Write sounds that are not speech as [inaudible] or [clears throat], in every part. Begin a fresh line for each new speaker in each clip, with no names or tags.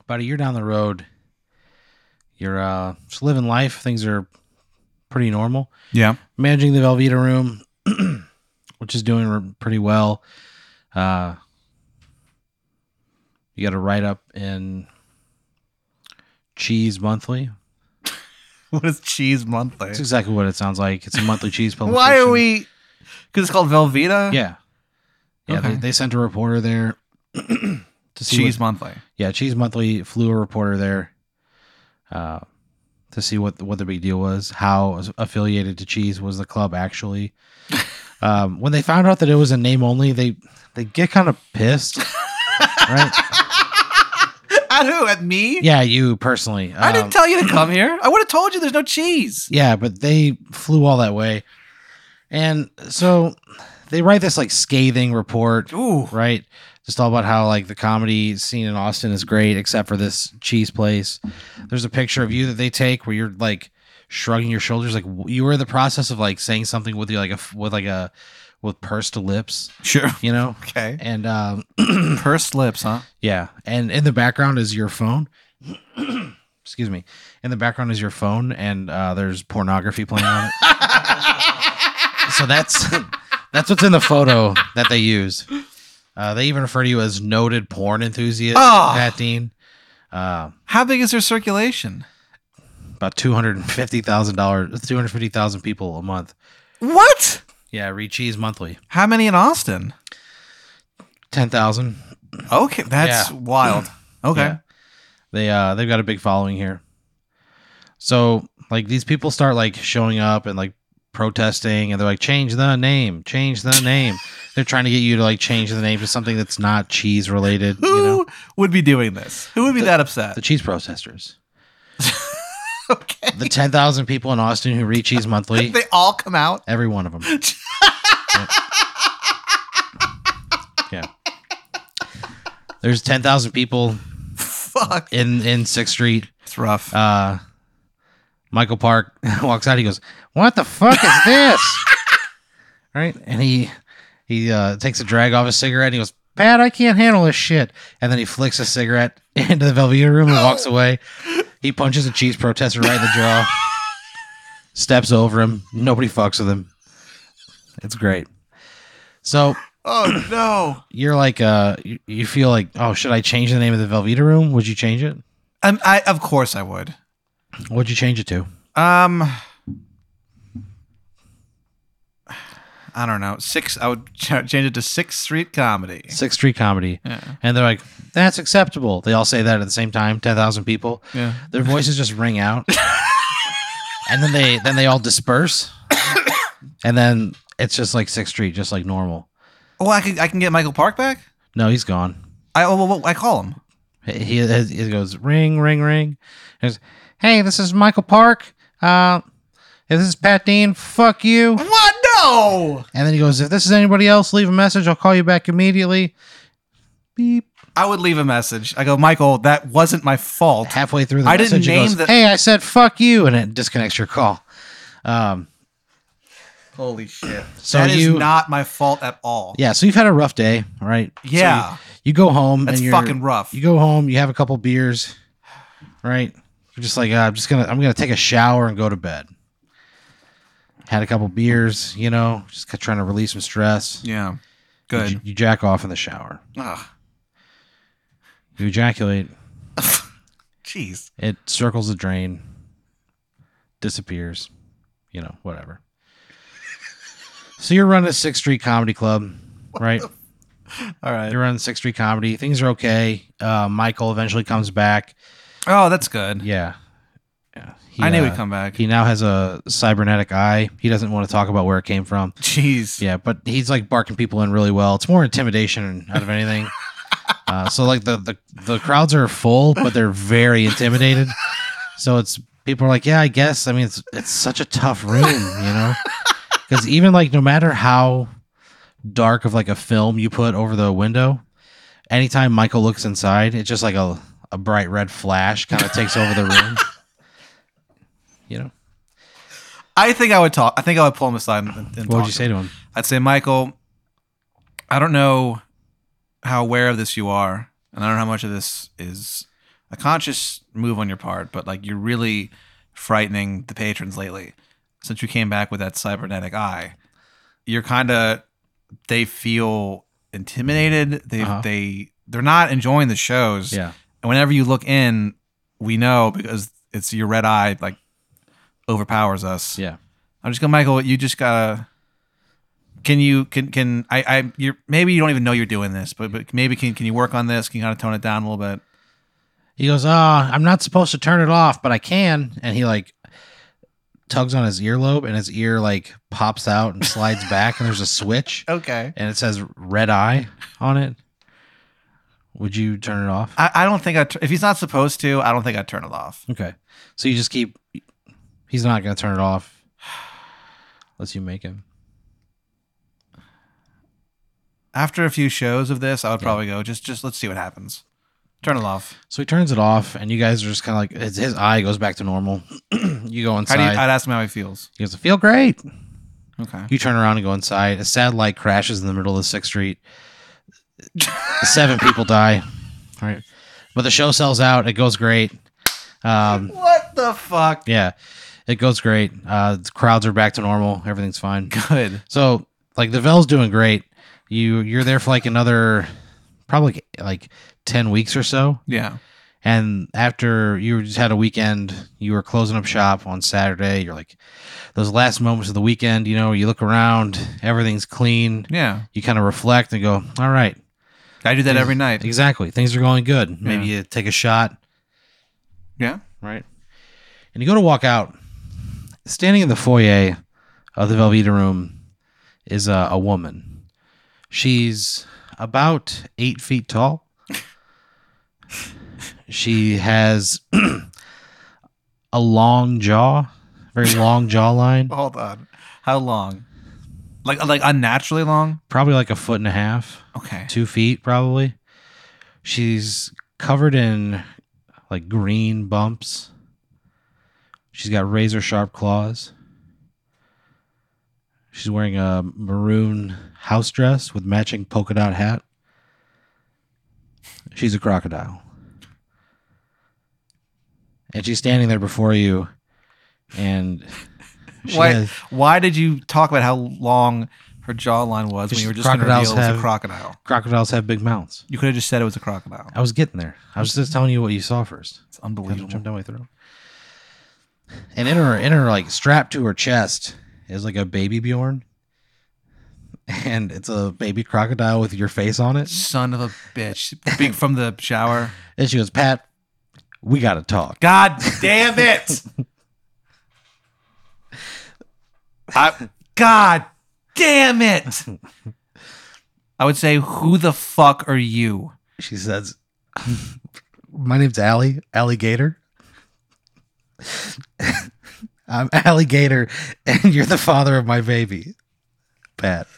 about a year down the road, you're uh, just living life. Things are pretty normal.
Yeah.
Managing the Velveeta room, [clears throat] which is doing re- pretty well. Uh, you got a write up in Cheese Monthly.
[laughs] What is Cheese Monthly?
That's exactly what it sounds like. It's a
[laughs]
monthly cheese publication.
Why are we? Because it's called Velveeta.
Yeah. Yeah,
Okay.
they, they sent a reporter there [clears throat] to see what-
Cheese Monthly. [laughs]
yeah, Cheese Monthly flew a reporter there uh, to see what what the big deal was, how affiliated to Cheese was the club
[laughs]
actually. um, when they found out that it was a name only, they they get kind of
[laughs]
pissed, right?
At who? At me?
Yeah, you personally.
I
Um,
didn't tell you to come [clears throat] here. I would have told you there's no cheese.
Yeah, but they flew all that way, and so they write this like scathing report
Ooh.
right? Just all about how like the comedy scene in Austin is great, except for this cheese place. There's a picture of you that they take where you're like shrugging your shoulders, like w- you were in the process of like saying something with you, like a f- with like a with pursed lips,
Sure.
you know.
[clears throat] Okay.
And um,
Pursed lips, huh?
yeah, and in the background is your [clears throat] phone. Excuse me. In the background is your phone, and uh, there's pornography playing on [laughs] it. so that's [laughs] that's what's in the photo that they use. Uh, they even refer to you as noted porn enthusiast,
Oh.
Pat Dean. Uh,
How big is their circulation?
about two hundred and fifty thousand dollars, two hundred fifty thousand people a month.
What?
Yeah, read cheese monthly,
How many in Austin?
ten thousand.
Okay, that's
Yeah.
[clears throat] wild. Okay.
Yeah. They uh they've got a big following here. So like these people start like showing up and like protesting and they're like change the name, change the
[laughs]
name. they're trying to get you to like change the name to something that's not cheese related,
Who
you know.
would be doing this? Who would be that upset?
The cheese protesters.
[laughs] okay.
The 10,000 people in Austin who read Cheese Monthly,
[laughs] They all come out.
every one
[laughs]
of them. Yeah. There's 10,000 people
Fuck.
in in 6th Street
It's rough.
uh, Michael Park [laughs] walks out. He goes, "What the fuck is this?" right, and he he uh, takes a drag off his cigarette. and He goes, "Pat, I can't handle this shit." And then he flicks a cigarette [laughs] into the Velveeta room and walks away. He punches a cheese protester right in the jaw. steps over him. Nobody fucks with him. It's great. So
oh [clears throat] no.
you're like, uh, you, you feel like, oh, should I change the name of the Velveeta room? Would you change it?
Um, I of course I would.
What'd you change it to?
Um. I don't know. Six. I would [laughs] ch- change it to Sixth Street Comedy.
Sixth Street Comedy.
Yeah.
And they're like, that's acceptable. They all say that at the same time, 10,000 people.
Yeah.
Their voices just ring
[laughs]
out. and then they then they all disperse. and then it's just like 6th Street, just like normal.
Well, Oh, I can I can get Michael Park back.
No, he's gone.
I oh, well, well, I call him.
He, he, he goes, ring, ring, ring. He goes, hey, this is Michael Park. Uh, if this is Pat Dean, fuck you.
What? No.
And then he goes, if this is anybody else, leave a message. I'll call you back immediately. Beep.
I would leave a message. I go, Michael, that wasn't my fault.
halfway through the
I didn't
message, it
name
goes,
the-
hey, I said fuck you, and it disconnects your call. Um,
Holy shit.
So
that is
you-
not my fault at all.
yeah, so you've had a rough day, right? So you-
Yeah.
you, go home.
That's
and you're,
fucking rough.
You go home. You have a couple beers, right? You're just like uh, I'm just gonna I'm gonna take a shower and go to bed. Had a couple beers, you know, just ca- trying to release some stress.
yeah.
You
Good.
j- you jack off in the shower.
Ugh.
You ejaculate.
Jeez.
It circles the drain, disappears, you know, whatever. [laughs] so you're running a Sixth Street Comedy Club, right?
All right.
You're running Sixth Street Comedy. Things are okay. Uh, Michael eventually comes back.
Oh, that's good.
Yeah. yeah. He,
I knew
uh,
he'd come back.
He now has a cybernetic eye. He doesn't want to talk about where it came from.
Jeez.
Yeah, but he's like barking people in really well. It's more intimidation out of anything. uh, so like the, the the crowds are full, but they're very intimidated. So it's people are like, yeah, I guess. I mean, it's it's such a tough room, you know, because even like no matter how dark of like a film you put over the window, anytime Michael looks inside, it's just like a a bright red flash kind of takes over the room. You know,
I think I would talk. I think I would pull him aside and, and
what
talk
would you say to him?
I'd say, Michael, I don't know how aware of this you are, and I don't know how much of this is a conscious move on your part, but like you're really frightening the patrons lately. Since you came back with that cybernetic eye, you're kind of they feel intimidated. They
Uh-huh.
they they're not enjoying the shows.
Yeah.
And whenever you look in, we know because it's your red eye like overpowers us.
Yeah.
I'm just gonna Michael, you just gotta can you can can I I you maybe you don't even know you're doing this, but but maybe can can you work on this? Can you kind of tone it down a little bit?
He goes, "Ah, I'm not supposed to turn it off, but I can." And he like tugs on his earlobe, and his ear like pops out and slides back, and there's a switch,
Okay.
and it says "red eye" on it. Would you turn it off?
I, I don't think I if he's not supposed to, I don't think I'd turn it off.
Okay, so you just keep. He's not gonna turn it off, unless you make him.
After a few shows of this, I would probably go just just let's see what happens. Turn it off.
So he turns it off, and you guys are just kind of like his, his eye goes back to normal. [clears throat] you go
How
inside.
do you, I'd ask him how he feels.
he goes, "I "Feel great."
Okay.
You turn around and go inside. A satellite crashes in the middle of Sixth Street. Seven people die. All right, but the show sells out. It goes great. Um,
What the fuck?
yeah, it goes great. Uh, the crowds are back to normal. Everything's fine.
Good.
So like the Vel's doing great. You you're there for like another probably like ten weeks or so.
Yeah.
And after you just had a weekend, you were closing up shop on Saturday. You're like, those last moments of the weekend, you know, you look around, everything's clean.
Yeah.
You kind of reflect and go, all right,
I do that every night.
exactly. Things are going good. Maybe you take a shot,
Yeah.
right? And you go to walk out. Standing in the foyer of the Velveeta room is a, a woman. She's about eight feet tall. she has [clears throat] a long jaw, very long jawline,
Hold on. How long? Like like unnaturally long?
probably like a foot and a half.
Okay.
two feet probably. She's covered in like green bumps. She's got razor sharp claws. She's wearing a maroon house dress with matching polka dot hat. She's a crocodile. And she's standing there before you and she
Why?
has-
Why did you talk about how long her jawline was when
Because
you were just going to reveal
crocodiles
it was a
have-
crocodile?
crocodiles have big mouths.
You could have just said it was a crocodile.
I was getting there. I was just telling you what you saw first.
It's
Kind of
unbelievable.
jumped down my throat. And in her, in her, like strapped to her chest is like a baby Bjorn, and it's a baby crocodile with your face on it.
Son of a bitch! Big from the shower.
And she goes, "Pat, we got to talk."
God damn it! I, God damn it! I would say, who the fuck are you?
She says, [laughs] "My name's Allie Alligator. [laughs] I'm Alligator, and you're the father of my baby, Pat."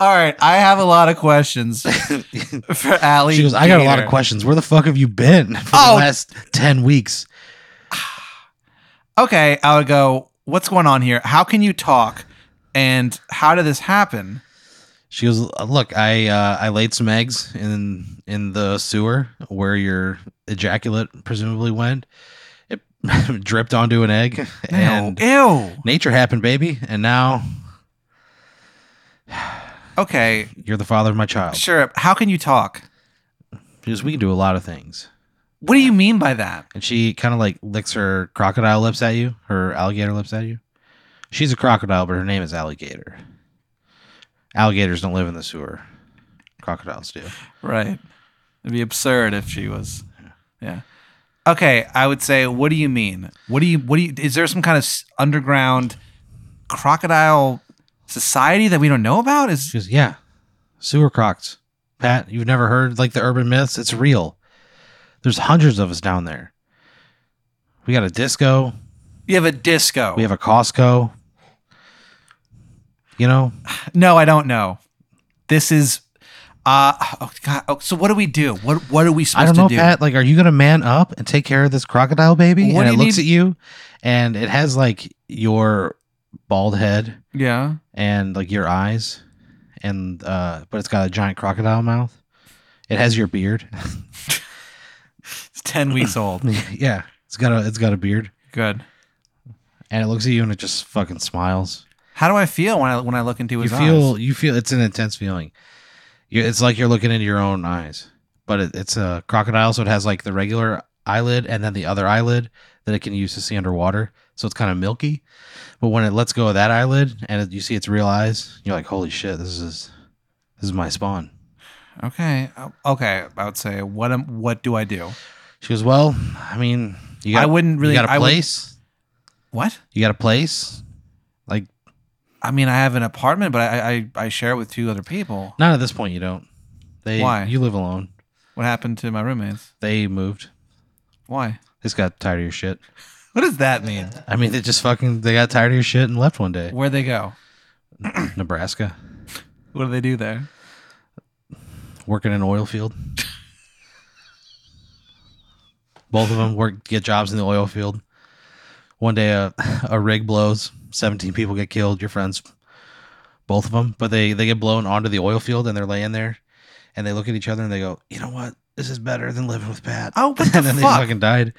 All right, I have a lot of questions for Allie.
She goes, "I got a lot of
Gator.
questions. Where the fuck have you been for
Oh.
the last ten weeks?"
okay, I would go, what's going on here? How can you talk? And how did this happen?
She goes, "Look, I uh, I laid some eggs in in the sewer where your ejaculate presumably went. It [laughs] dripped onto an egg, and
Ew.
nature happened, baby. And now
Okay,
you're the father of my child. She
sure. How can you talk?
goes, we can do a lot of things."
What do you mean by that?
And she kind of like licks her crocodile lips at you, her alligator lips at you. She's a crocodile, but her name is alligator. Alligators don't live in the sewer. Crocodiles do.
Right. It'd be absurd if she was. Yeah. Okay, I would say, what do you mean? What do you? What do you? Is there some kind of s- underground crocodile society that we don't know about? Is
She goes, Yeah, sewer crocs. Pat, you've never heard like the urban myths? It's real. There's hundreds of us down there. We got a disco.
you have a disco?
We have a Costco. You know,
no, I don't know. This is. Uh, oh God. Oh, so what do we do? What What are we supposed
I don't know,
to do?
Pat. Like, are you gonna man up and take care of this crocodile baby?
What
and
do
it
you
looks
need-
at you, and it has like your bald head
Yeah.
and like your eyes, and uh, but it's got a giant crocodile mouth. It has your beard. [laughs]
It's ten
[clears throat]
weeks old.
yeah, it's got a it's got a beard,
Good.
and it looks at you and it just fucking smiles.
How do I feel when I when I look into
you
his
feel
eyes?
you feel it's an intense feeling. You, it's like you're looking into your own eyes, but it, it's a crocodile, so it has like the regular eyelid and then the other eyelid that it can use to see underwater. So it's kind of milky. But when it lets go of that eyelid and it, you see its real eyes, you're like, "Holy shit, this is this is my spawn."
Okay. Uh, Okay. I would say what am what do I do?
She goes, "Well, I mean, you got
I wouldn't really.
you got
I
a
would-
place.
what?
you got a place. Like
I mean, I have an apartment, but I I, I share it with two other people.
not at this point. You don't. They
Why?
you live alone.
What happened to my roommates?
They moved.
Why?
They just got tired of your shit.
What does that mean?
I mean, they just fucking they got tired of your shit and left one day.
Where'd they go?
Nebraska,
What do they
[laughs]
do there?
working in an oil field. Both of them work get jobs in the oil field. One day a a rig blows, seventeen people get killed. Your friends, both of them, but they they get blown onto the oil field and they're laying there, and they look at each other and they go, you know what, this is better than living with Pat.
Oh, what the
[laughs] and then they
fuck?
fucking died.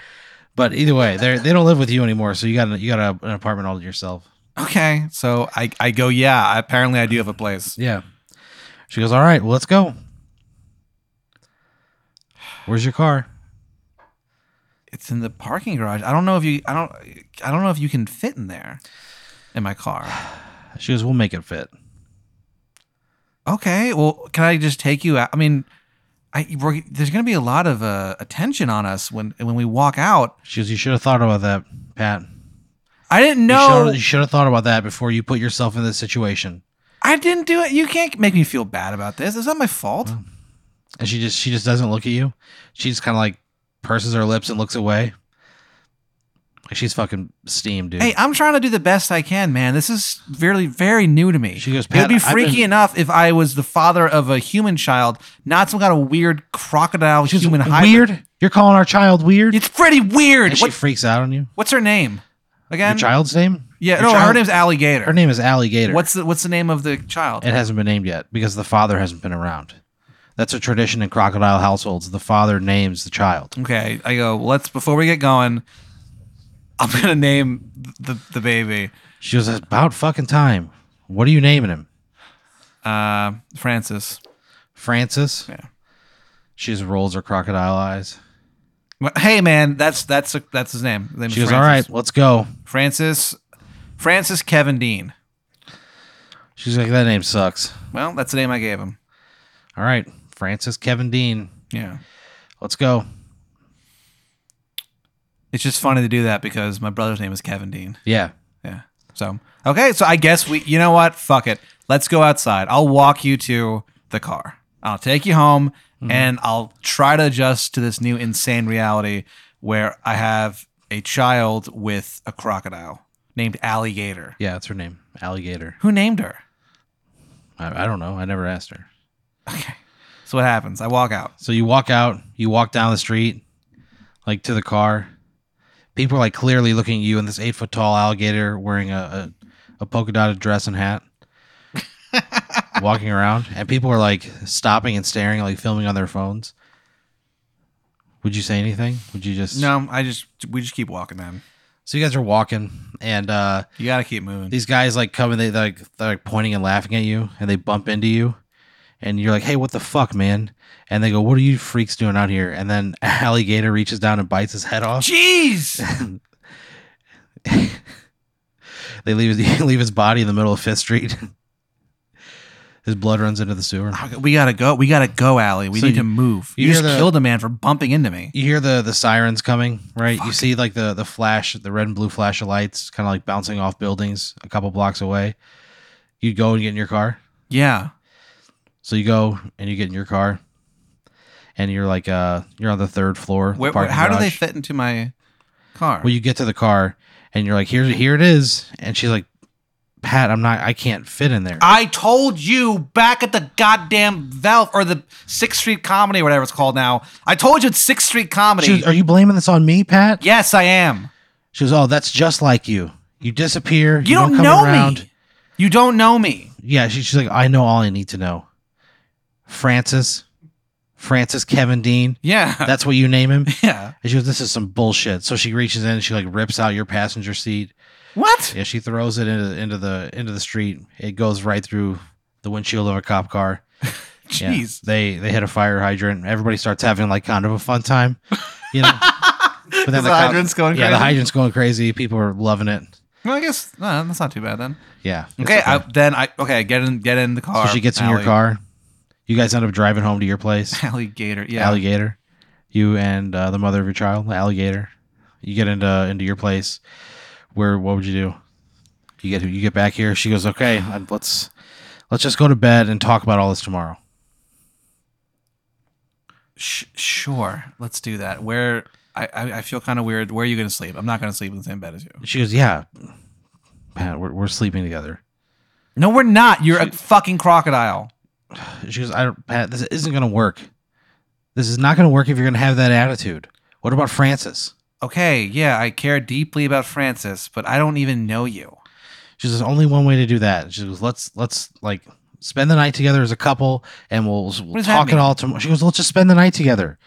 But either way, they they don't live with you anymore, so you got an, you got a, an apartment all to yourself.
Okay, so I I go. Yeah, apparently I do have a place.
Yeah. She goes, All right, well, let's go. Where's your car?
It's in the parking garage. I don't know if you. I don't. I don't know if you can fit in there, in my car.
She goes, We'll make it fit.
Okay. Well, can I just take you out? I mean, I we're, there's going to be a lot of uh, attention on us when when we walk out.
She goes, You should have thought about that, Pat.
I didn't
You
know.
should- You should have thought about that before you put yourself in this situation.
I didn't do it. You can't make me feel bad about this. It's not my fault.
And she just she just doesn't look at you. She just kind of like purses her lips and looks away. Like she's fucking steamed, dude.
Hey, I'm trying to do the best I can, man. This is very, very new to me.
She goes,
It would
"Pat,
be
I've
freaky
been-
enough if I was the father of a human child, not some kind of weird crocodile
She goes,
human hybrid.
weird. You're calling our child weird.
It's pretty weird.
and she
What,
freaks out on you.
what's her name? Again?
Your child's name?
Yeah,
Your
no, her
child-
name's Alligator.
her name is Alligator.
What's the What's the name of the child?
It hasn't been named yet because the father hasn't been around. That's a tradition in crocodile households. The father names the child.
Okay, I go. Let's before we get going. I'm gonna name the the baby
She goes, "It's about fucking time. What are you naming him?
uh, Francis.
Francis?
Yeah.
She just rolls her crocodile eyes.
But, Hey man, that's that's that's his name. His name
She
is
goes, all right,
Francis.
let's go.
Francis, Francis Kevin Dean.
She's like, that name sucks.
Well, that's the name I gave him.
All right, Francis Kevin Dean,
Yeah,
let's go.
it's just funny to do that because my brother's name is Kevin Dean.
Yeah.
Yeah. So okay, so I guess we. You know what? Fuck it. Let's go outside. I'll walk you to the car. I'll take you home,
Mm-hmm.
and I'll try to adjust to this new insane reality where I have a child with a crocodile named Alligator.
Yeah, that's her name. Alligator.
Who named her?
I, I don't know. I never asked her.
Okay. So what happens? I walk out.
So you walk out, you walk down the street, like to the car. People are like clearly looking at you and this eight foot tall alligator wearing a, a, a polka dotted dress and hat. [laughs] walking around. And people are like stopping and staring, like filming on their phones. Would you say anything? Would you just
No, I just we just keep walking, man.
So you guys are walking and uh
You gotta keep moving.
these guys like come and they they're like they're like pointing and laughing at you and they bump into you and you're like hey what the fuck man and they go what are you freaks doing out here and then [laughs] alligator reaches down and bites his head off
Jeez.
[laughs] they leave his, [laughs] leave his body in the middle of fifth street [laughs] his blood runs into the sewer
We gotta go. We gotta go, Allie. We
So
need
you-
to move. You,
you hear
just
the-
killed a man for bumping into me.
you hear the the sirens coming right you see like the the flash the red and blue flash of lights kind of like bouncing off buildings a couple blocks away you go and get in your car
Yeah.
So you go and you get in your car, and you're like, uh, you're on the third floor.
Where, where-
parking
how do they
garage.
fit into my car?
Well, you get to the car, and you're like, here, here it is, and she's like, Pat, I'm not, I can't fit in there.
I told you back at the goddamn Valve or the Sixth Street Comedy, or whatever it's called now. I told you it's Sixth Street
She
Comedy.
goes, Are you blaming this on me, Pat?
yes, I am.
She goes, Oh, that's just like you. You disappear. You,
You, don't,
come
know
around.
me. You don't know me.
Yeah, she, she's like, I know all I need to know. Francis, Francis Kevin
[laughs]
Dean.
Yeah.
That's what you name him.
yeah.
And she goes, "This is some bullshit." So she reaches in and she like rips out your passenger seat.
What?
Yeah, she throws it into into the into the street. It goes right through the windshield of a cop car. Yeah.
Jeez.
They they hit a fire hydrant. Everybody starts having like kind of a fun
[laughs]
time, you know.
but
then
the,
the cop-
hydrant's going
yeah,
crazy.
the hydrant's going crazy. People are loving it.
Well, I guess no, that's not too bad then.
Yeah. it's
Okay, I, then I okay get in get in the car.
so she gets in your
Alli-
car. You guys end up driving home to your place.
[laughs] Alligator. [laughs] Yeah.
Alligator. You and uh, the mother of your child, the alligator. You get into into your place. Where what would you do? You get you get back here. She goes, okay, uh, let's let's just go to bed and talk about all this tomorrow.
Sh- sure, let's do that. Where I I, I feel kind of weird. Where are you gonna sleep? I'm not gonna sleep in the same bed as you.
She goes, yeah, Pat, we're, we're sleeping together.
No, we're not. You're a fucking crocodile.
She goes, I don't, Pat, this isn't gonna work. This is not gonna work if you're gonna have that attitude. What about Francis?
Okay, yeah, I care deeply about Francis, but I don't even know you.
She says, only one way to do that. She goes, let's let's like spend the night together as a couple, and we'll, we'll
does that
talk it
mean?
all tomorrow. She goes, let's just spend the night together.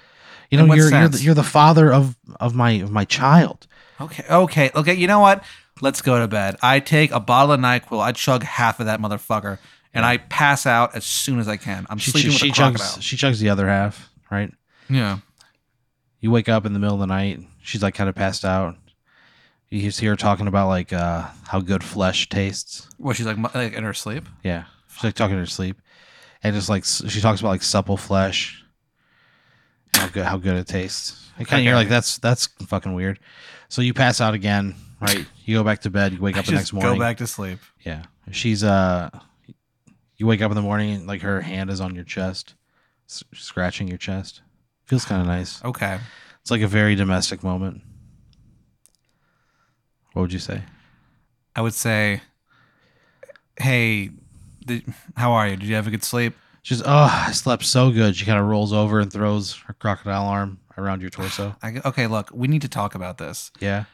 You
In
know,
what
you're you're the,
sense?
you're the father of of my of my child.
Okay, okay, okay. You know what? Let's go to bed. I take a bottle of Nyquil. I chug half of that motherfucker, and I pass out as soon as I can. I'm
She she,
sleeping with
she
a
chugs
crocodile.
she chugs the other half. Right.
Yeah.
You wake up in the middle of the night. She's like kind of passed out. You just hear her talking about like uh, how good flesh tastes.
Well, she's like, mu- like in her sleep.
Yeah, she's like talking in her sleep, and just like s- she talks about like supple flesh, and how good how good it tastes. And kind of you're
Okay.
like that's that's fucking weird. So you pass out again, right? You go back to bed. You wake
[laughs]
up the
Just
next morning.
Go back to sleep.
Yeah, she's uh, you wake up in the morning and like her hand is on your chest, s- scratching your chest. Feels kind of nice.
Okay.
It's like a very domestic moment. What would you say?
I would say, hey, did, how are you? Did you have a good sleep?
She's oh, I slept so good. She kind of rolls over and throws her crocodile arm around your
[sighs]
torso.
I, go, okay, look, we need to talk about this.
Yeah.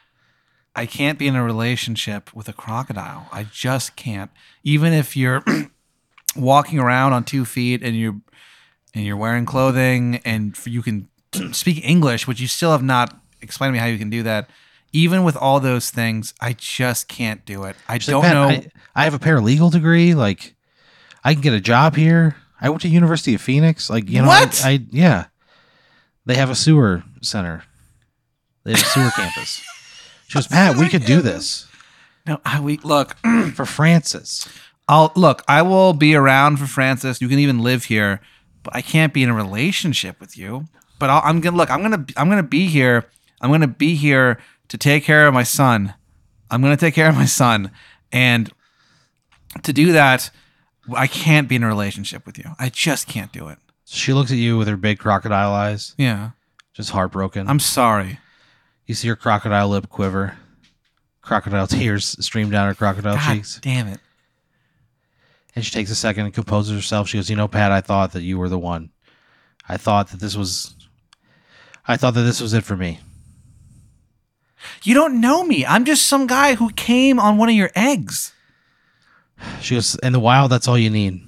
I can't be in a relationship with a crocodile. I just can't. Even if you're [clears throat] walking around on two feet and you're and you're wearing clothing and f- you can [clears throat] speak English, which you still have not explained to me how you can do that. Even with all those things, I just can't do it. I
She's
don't
like, "Pat,
know.
I, I have a paralegal degree. Like, I can get a job here. I went to University of Phoenix. Like, you know, I-
What?
I, yeah. They have a sewer center. They have a sewer campus. She
[laughs]
goes, Pat, we could do this
no, I we look. [clears throat]
for Francis.
I'll look. I will be around for Francis. You can even live here, but I can't be in a relationship with you. But I'll, I'm gonna look. I'm gonna. I'm gonna be here. I'm gonna be here to take care of my son. I'm gonna take care of my son, and to do that, I can't be in a relationship with you. I just can't do it.
She looks at you with her big crocodile eyes,
Yeah.
just heartbroken.
I'm sorry.
you see her crocodile lip quiver. Crocodile [laughs] tears stream down her crocodile
God
cheeks.
damn it.
And she takes a second and composes herself. She goes, "You know, Pat, I thought that you were the one. I thought that this was, I thought that this was it for me.
You don't know me. I'm just some guy who came on one of your eggs.
She goes, "In the wild, that's all you need.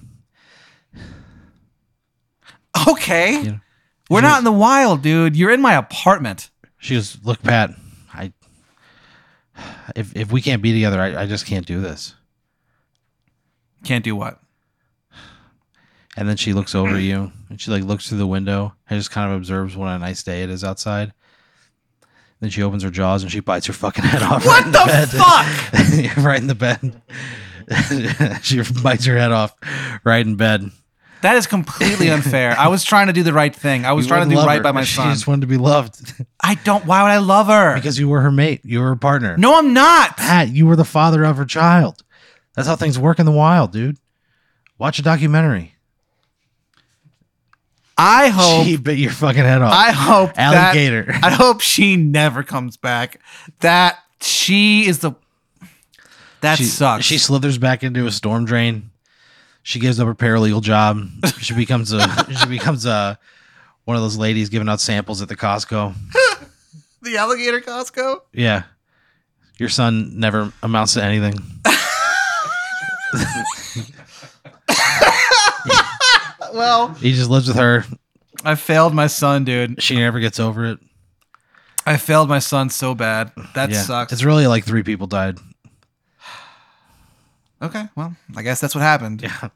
Okay.
Yeah.
We're not in the wild, dude. You're in my apartment.
She goes, look, Pat, I, if if we can't be together, I, I just can't do this.
Can't do what?
And then she looks over at you and she like looks through the window and just kind of observes what a nice day it is outside. Then she opens her jaws and she bites her fucking head off.
What
in
the
bed.
fuck?
[laughs] right in the bed. [laughs] she bites her head off right in bed.
That is
[laughs]
completely unfair. I was trying to do the right thing. I was
You
trying to
wouldn't
do
love
right
her.
by
[laughs]
my
she
son.
just wanted to be loved [laughs]
I don't. Why would I love her?
because you were her mate. You were her partner.
no, I'm not.
Pat, you were the father of her child. That's how things work in the wild, dude. Watch a documentary.
I
[laughs]
hope.
She bit your fucking head off.
Oh. I hope that-
Alligator.
I hope she never comes back. That she is the. That
she,
sucks.
She slithers back into a storm drain. She gives up her paralegal job. She becomes a [laughs] she becomes a one of those ladies giving out samples at the Costco.
the alligator Costco.
Yeah. Your son never amounts to anything.
[laughs] Well,
He just lives with her.
I failed my son, dude.
She never gets over it.
I failed my son so bad. That
Yeah.
sucks.
It's really like three people died.
okay, well, I guess that's what happened.
Yeah.